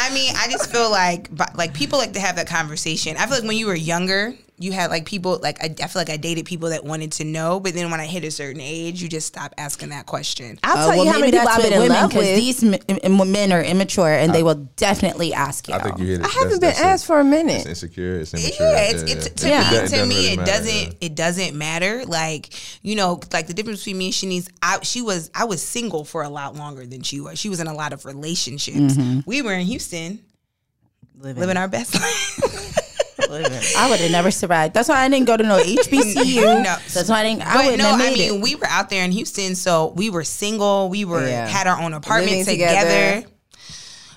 Speaker 3: I mean, I just feel like but, like people like to have that conversation. I feel like when you were younger, you had like people like I, I feel like I dated people that wanted to know, but then when I hit a certain age, you just stop asking that question.
Speaker 4: [laughs] I'll
Speaker 6: Uh,
Speaker 4: tell
Speaker 6: well,
Speaker 4: you how many
Speaker 6: maybe
Speaker 4: people
Speaker 6: that's
Speaker 4: I've
Speaker 6: with
Speaker 4: been in
Speaker 6: women,
Speaker 4: love
Speaker 6: 'cause
Speaker 4: with. Uh,
Speaker 6: These m- m- men are immature, and they will definitely ask you.
Speaker 5: I think you hit it.
Speaker 4: I haven't
Speaker 5: That's-
Speaker 4: been
Speaker 5: that's
Speaker 4: asked for a minute.
Speaker 5: It's insecure. It's immature.
Speaker 3: Yeah, it's, it's to
Speaker 5: It
Speaker 3: me,
Speaker 5: doesn't-
Speaker 3: to
Speaker 5: doesn't
Speaker 3: me,
Speaker 5: really
Speaker 3: it
Speaker 5: matter,
Speaker 3: doesn't
Speaker 5: yeah.
Speaker 3: it doesn't matter. Like you know, like the difference between me and Shanice, I, she was I was single for a lot longer than she was. She was in a lot of relationships.
Speaker 5: Mm-hmm.
Speaker 3: We were in Houston, living, our best [laughs] life.
Speaker 6: I would have never survived. That's why I didn't go [laughs] to no
Speaker 4: [laughs]
Speaker 6: HBCU.
Speaker 3: No.
Speaker 6: That's why I didn't. I
Speaker 3: But
Speaker 6: would
Speaker 3: no,
Speaker 6: have made
Speaker 3: I mean
Speaker 6: it.
Speaker 3: we were out there in Houston, so we were single. We were
Speaker 4: Yeah.
Speaker 3: had our own apartment
Speaker 4: Living
Speaker 3: together.
Speaker 4: together.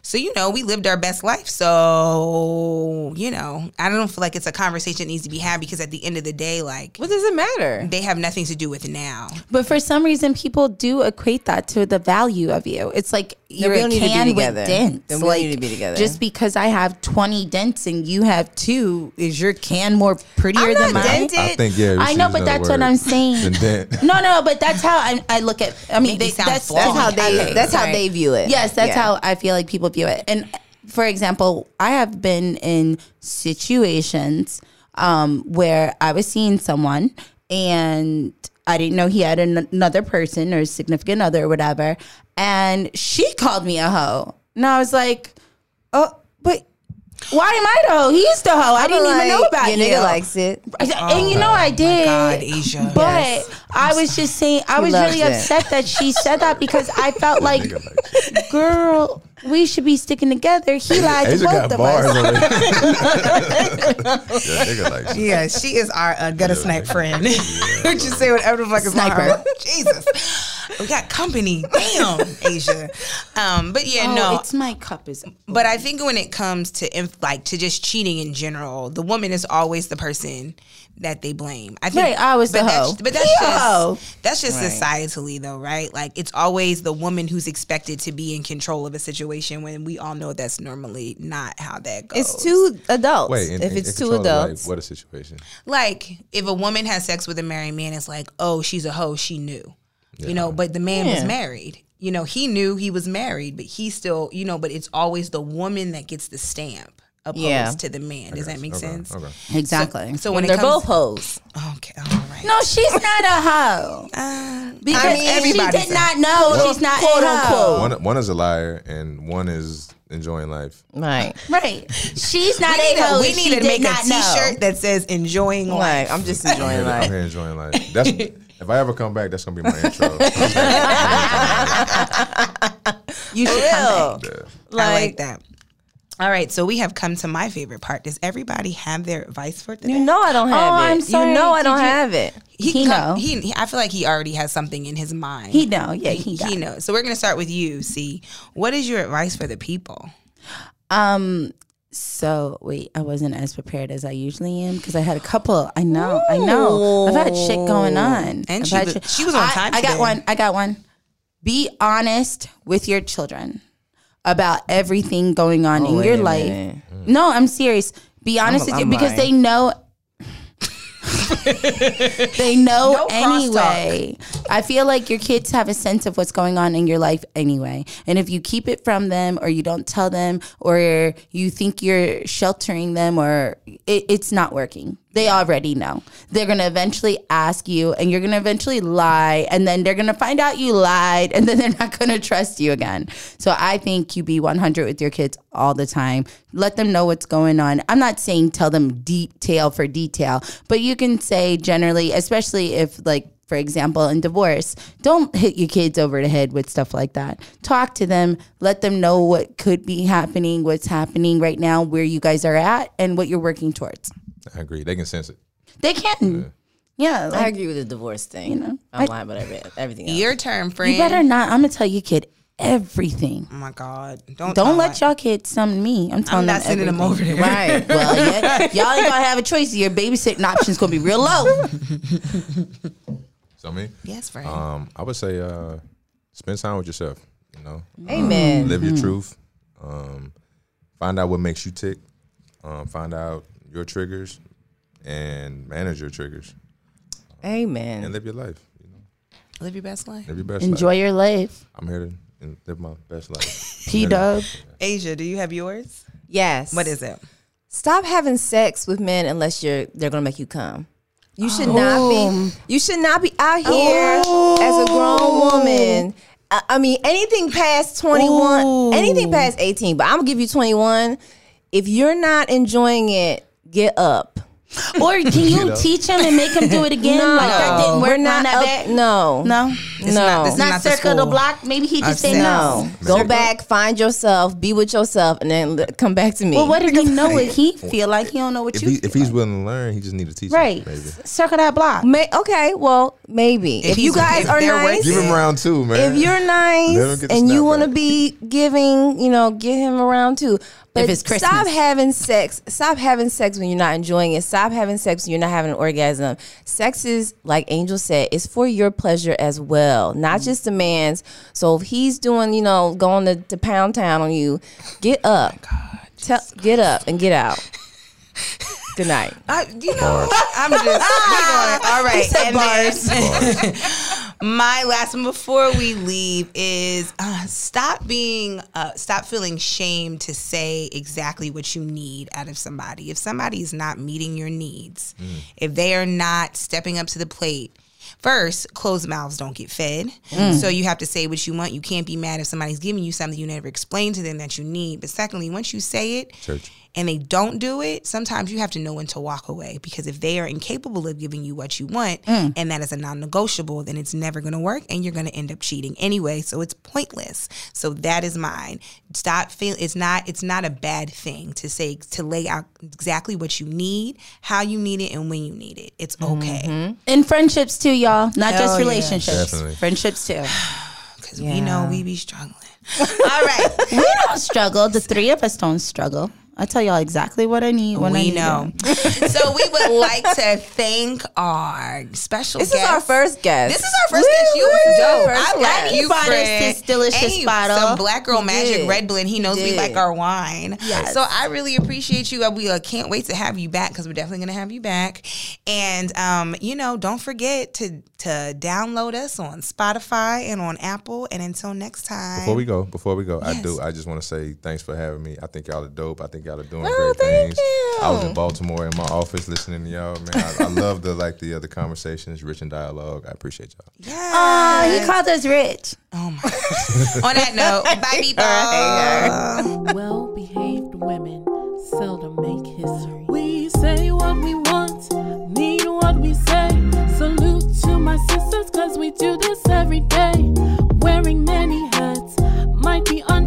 Speaker 3: So you know, we lived our best life. So you know, I don't feel like it's a conversation that needs to be had because at the end of the day, like
Speaker 4: What does it matter?
Speaker 3: they have nothing to do with now.
Speaker 6: But for some reason, people do equate that to the value of you. It's like you're
Speaker 4: we
Speaker 6: a
Speaker 4: don't need to be
Speaker 6: can with
Speaker 4: together.
Speaker 6: dents.
Speaker 4: Then we
Speaker 6: like,
Speaker 4: need to be together.
Speaker 6: Just because I have 20 dents and you have two, is your can more prettier
Speaker 4: I'm
Speaker 6: than
Speaker 4: not
Speaker 6: mine?
Speaker 4: dented.
Speaker 5: I think yeah.
Speaker 6: I know, but that's what I'm saying.
Speaker 5: no,
Speaker 6: [laughs] No, no, but that's how I, I look at. I mean,
Speaker 3: Make me
Speaker 6: they,
Speaker 3: sound
Speaker 6: that's
Speaker 3: flawed.
Speaker 6: that's how they.
Speaker 3: Okay.
Speaker 4: That's how they view it.
Speaker 6: Yes, that's
Speaker 4: Yeah.
Speaker 6: how I feel like people view it. And for example, I have been in situations um, where I was seeing someone and I didn't know he had an- another person or significant other or whatever, and she called me a hoe, and I was like, "Oh, but why am I the hoe? He's the hoe. I didn't even know about
Speaker 4: your
Speaker 6: you."
Speaker 4: nigga Oh likes it.
Speaker 6: and you know I did.
Speaker 3: God, Asia.
Speaker 6: But I was just saying, I was
Speaker 4: loves
Speaker 6: really
Speaker 4: it.
Speaker 6: upset that she said that because I
Speaker 4: [laughs]
Speaker 6: felt like, [laughs] girl, we should be sticking together. He lied to
Speaker 5: Asia
Speaker 6: both
Speaker 5: got
Speaker 6: of
Speaker 5: bars
Speaker 6: us.
Speaker 5: on it.
Speaker 6: [laughs]
Speaker 5: yeah, nigga likes it.
Speaker 3: Yeah, she is our uh, gutter snipe friend. [laughs] Just say whatever the fuck is on [laughs]
Speaker 6: Sniper.
Speaker 3: her. Jesus, we got company. Damn, Asia. Um, but yeah,
Speaker 6: Oh,
Speaker 3: no,
Speaker 6: it's my cup is.
Speaker 3: But I think when it comes to inf- like to just cheating in general, the woman is always the person that they blame. I think
Speaker 6: Right, I was
Speaker 3: but
Speaker 6: the
Speaker 3: that's,
Speaker 6: hoe.
Speaker 3: But that's
Speaker 6: He a hoe.
Speaker 3: just that's just societally though, right? Like it's always the woman who's expected to be in control of a situation when we all know that's normally not how that goes.
Speaker 4: It's two adults.
Speaker 5: Wait, and,
Speaker 4: if
Speaker 5: and-
Speaker 4: it's
Speaker 5: and
Speaker 4: two
Speaker 5: control of, like,
Speaker 4: adults,
Speaker 5: what a situation.
Speaker 3: like if a woman has sex with a married man, it's like, oh, she's a hoe. She knew, you know. But the man was
Speaker 4: Yeah.
Speaker 3: married. You know, he knew he was married, but he still, you know. But it's always the woman that gets the stamp opposed
Speaker 4: Yeah.
Speaker 3: to the man. Does that make
Speaker 5: Okay,
Speaker 3: sense?
Speaker 5: Okay.
Speaker 6: Exactly.
Speaker 3: So
Speaker 4: when
Speaker 3: when,
Speaker 4: they're
Speaker 3: it comes,
Speaker 4: both hoes.
Speaker 3: okay, all right.
Speaker 6: no, she's not a hoe. Because
Speaker 3: Um, I mean,
Speaker 6: if she
Speaker 3: everybody's
Speaker 6: did
Speaker 3: a-
Speaker 6: not know, she's not
Speaker 4: quote
Speaker 6: a hoe.
Speaker 5: One one is a liar and one is enjoying life.
Speaker 4: Right.
Speaker 6: Right. She's not
Speaker 3: we need,
Speaker 6: a
Speaker 3: to-
Speaker 6: hoe.
Speaker 3: we
Speaker 6: if
Speaker 3: need
Speaker 6: she
Speaker 3: to
Speaker 6: did
Speaker 3: make a
Speaker 6: not know.
Speaker 3: T-shirt that says "Enjoying Life."
Speaker 4: Like I'm just
Speaker 5: [laughs]
Speaker 4: enjoying
Speaker 5: I'm
Speaker 4: life.
Speaker 5: here enjoying
Speaker 6: [laughs]
Speaker 5: life. That's if I ever come back, that's gonna be my intro.
Speaker 4: You should come back.
Speaker 3: I like that. All right, so we have come to my favorite part. Does everybody have their advice for today?
Speaker 4: You know I don't have
Speaker 6: Oh,
Speaker 4: it.
Speaker 6: I'm sorry.
Speaker 4: You know
Speaker 6: Did
Speaker 4: I don't
Speaker 6: you-
Speaker 4: have it.
Speaker 3: he,
Speaker 6: He
Speaker 3: come-
Speaker 6: know.
Speaker 3: He, he- I feel like he already has something in his mind.
Speaker 6: He know. Yeah,
Speaker 3: he,
Speaker 6: he, got
Speaker 3: he
Speaker 6: it.
Speaker 3: knows. So we're gonna start with you. See, what is your advice for the people?
Speaker 6: Um. So wait, I wasn't as prepared as I usually am because I had a couple. I know, I know. I've had shit going on.
Speaker 3: And
Speaker 6: I've
Speaker 3: she
Speaker 6: had
Speaker 3: was-
Speaker 6: shit-
Speaker 3: she was on
Speaker 6: I-
Speaker 3: time
Speaker 6: I got
Speaker 3: today.
Speaker 6: one. I got one. Be honest with your children about everything going on in
Speaker 4: Oh, wait
Speaker 6: your
Speaker 4: a
Speaker 6: life.
Speaker 4: minute.
Speaker 6: No, I'm serious. Be honest with
Speaker 4: I'm
Speaker 6: you because they
Speaker 3: [laughs]
Speaker 4: lying.
Speaker 6: know. they know
Speaker 3: No crosstalk.
Speaker 6: anyway. I feel like your kids have a sense of what's going on in your life anyway. And if you keep it from them or you don't tell them or you think you're sheltering them or it, it's not working, they already know. They're going to eventually ask you and you're going to eventually lie. And then they're going to find out you lied and then they're not going to trust you again. So I think you be 100 with your kids all the time. Let them know what's going on. I'm not saying tell them detail for detail, but you can say generally, especially if like, for example, in divorce, don't hit your kids over the head with stuff like that. Talk to them, let them know what could be happening, what's happening right now, where you guys are at, and what you're working towards.
Speaker 5: I agree. They can sense it.
Speaker 6: They can. Yeah.
Speaker 4: I
Speaker 6: like,
Speaker 4: agree with the divorce thing. You know, I'm lying about every, everything. Else.
Speaker 3: Your turn, friend.
Speaker 6: you better not. I'm going to tell your kid everything.
Speaker 3: Oh my God! Don't
Speaker 6: Don't
Speaker 3: I'm
Speaker 6: let
Speaker 3: not-
Speaker 6: y'all kids summon me. I'm telling
Speaker 3: I'm
Speaker 6: them
Speaker 3: not sending them
Speaker 6: everything.
Speaker 3: over there.
Speaker 4: Right.
Speaker 6: Well, yeah, y'all ain't gonna have a choice. Your babysitting option's gonna be real low.
Speaker 5: So I mean,
Speaker 3: Yes, friend.
Speaker 5: um, I would say uh, spend time with yourself. You know,
Speaker 4: Amen.
Speaker 5: live your truth. Um, find out what makes you tick. Um, find out your triggers. and manage your triggers and
Speaker 4: Amen.
Speaker 5: live your life. You know,
Speaker 3: Live your best life.
Speaker 5: live your best.
Speaker 6: Enjoy
Speaker 5: life.
Speaker 6: your life.
Speaker 5: I'm here to and live my best
Speaker 6: [laughs]
Speaker 5: life.
Speaker 6: P Dub.
Speaker 3: Asia, do you have yours?
Speaker 4: Yes.
Speaker 3: What is it?
Speaker 4: Stop having sex with men unless you're they're gonna make you come. You should not
Speaker 7: Oh.
Speaker 4: be. You should not be out here as a grown woman. I, I mean, anything past twenty one,
Speaker 7: Oh.
Speaker 4: anything past eighteen, but I'm gonna give you twenty one. If you're not enjoying it, get up.
Speaker 7: Or can you teach him and make him do it again? Like that didn't work.
Speaker 4: We're not
Speaker 7: none of
Speaker 4: up-
Speaker 7: that.
Speaker 4: No,
Speaker 6: No.
Speaker 4: no.
Speaker 3: this is
Speaker 7: Not,
Speaker 3: Not the
Speaker 7: circle the
Speaker 3: school.
Speaker 7: block. Maybe he just said
Speaker 3: Upset.
Speaker 7: no.
Speaker 4: no. Go back, find yourself, be with yourself, and then l- come back to me.
Speaker 7: Well, what if he know what he feel like? He don't know what
Speaker 5: If,
Speaker 7: you
Speaker 5: he,
Speaker 7: feel
Speaker 5: if he's willing to learn, he just need to teach. him,
Speaker 7: Right.
Speaker 5: Maybe.
Speaker 7: Circle that block.
Speaker 4: May, okay, well, maybe if, you
Speaker 3: he's-
Speaker 4: guys
Speaker 3: if
Speaker 4: are
Speaker 3: they're
Speaker 4: nice,
Speaker 5: Give him round two, man.
Speaker 4: if you're
Speaker 5: Let him
Speaker 4: nice
Speaker 5: get the
Speaker 4: and you
Speaker 5: snap
Speaker 4: want to
Speaker 5: back.
Speaker 4: be giving, you know, get him around too. But
Speaker 7: If it's Christmas.
Speaker 4: stop having sex. Stop having sex when you're not enjoying it. Stop having sex when you're not having an orgasm. Sex is, like Angel said, it's for your pleasure as well, not just the man's. So if he's doing, you know, going to, to pound town on you, get up.
Speaker 3: Oh
Speaker 4: Tell, get up and get out. Good night.
Speaker 3: I, you know, I'm just. we going, [laughs] all right. and then- [laughs] my last one before we leave is uh, stop being, uh, stop feeling shame to say exactly what you need out of somebody. If somebody is not meeting your needs, if they are not stepping up to the plate, First, closed mouths don't get fed. So you have to say what you want. You can't be mad if somebody's giving you something you never explained to them that you need. But secondly, once you say it,
Speaker 5: Church.
Speaker 3: and they don't do it, sometimes you have to know when to walk away because if they are incapable of giving you what you want
Speaker 4: Mm.
Speaker 3: and that is a non negotiable, then it's never going to work and you're going to end up cheating anyway. So it's pointless. So that is mine. Stop feel it's not it's not a bad thing to say to lay out exactly what you need, how you need it, and when you need it. It's
Speaker 4: Mm-hmm.
Speaker 3: okay
Speaker 6: In friendships too, y'all. Not
Speaker 3: yeah.
Speaker 6: just relationships.
Speaker 5: Definitely.
Speaker 6: Friendships too.
Speaker 3: because we know we be struggling.
Speaker 6: All right.
Speaker 4: [laughs]
Speaker 6: we don't struggle. The three of us don't struggle. I tell y'all exactly what I need when I
Speaker 3: we
Speaker 6: need
Speaker 3: know. so we would like to thank our special.
Speaker 4: This is our
Speaker 3: guest.
Speaker 4: first guest.
Speaker 3: This is our first guest. You
Speaker 4: This
Speaker 3: was
Speaker 4: is
Speaker 3: dope.
Speaker 4: our first
Speaker 3: I like
Speaker 4: guest.
Speaker 3: you,
Speaker 6: bought us
Speaker 3: friend.
Speaker 6: this delicious
Speaker 3: And you-
Speaker 6: bottle.
Speaker 3: Some Black Girl Magic
Speaker 4: did.
Speaker 3: Red Bull, and he knows we
Speaker 4: did.
Speaker 3: like our wine. So I really appreciate you. Uh, We uh, can't wait to have you back because we're definitely going to have you back. And, um, you know, don't forget to, to download us on Spotify and on Apple. And until next time.
Speaker 5: Before we go, before we go, I
Speaker 3: Yes.
Speaker 5: do. I just want to say thanks for having me. I think y'all are dope. I think y'all are doing
Speaker 4: Oh,
Speaker 5: great
Speaker 4: thank
Speaker 5: things. I was
Speaker 4: you.
Speaker 5: in Baltimore in my office listening to y'all, man. I, I love the like the other conversations, rich in dialogue. I appreciate y'all.
Speaker 3: Yes.
Speaker 6: Oh, he called us rich.
Speaker 3: Oh [laughs] on that note, bye, people.
Speaker 1: Well behaved women seldom make history.
Speaker 2: We say what we want, mean what we say. Salute to my sisters, cause we do this every day. Wearing many hats might be un-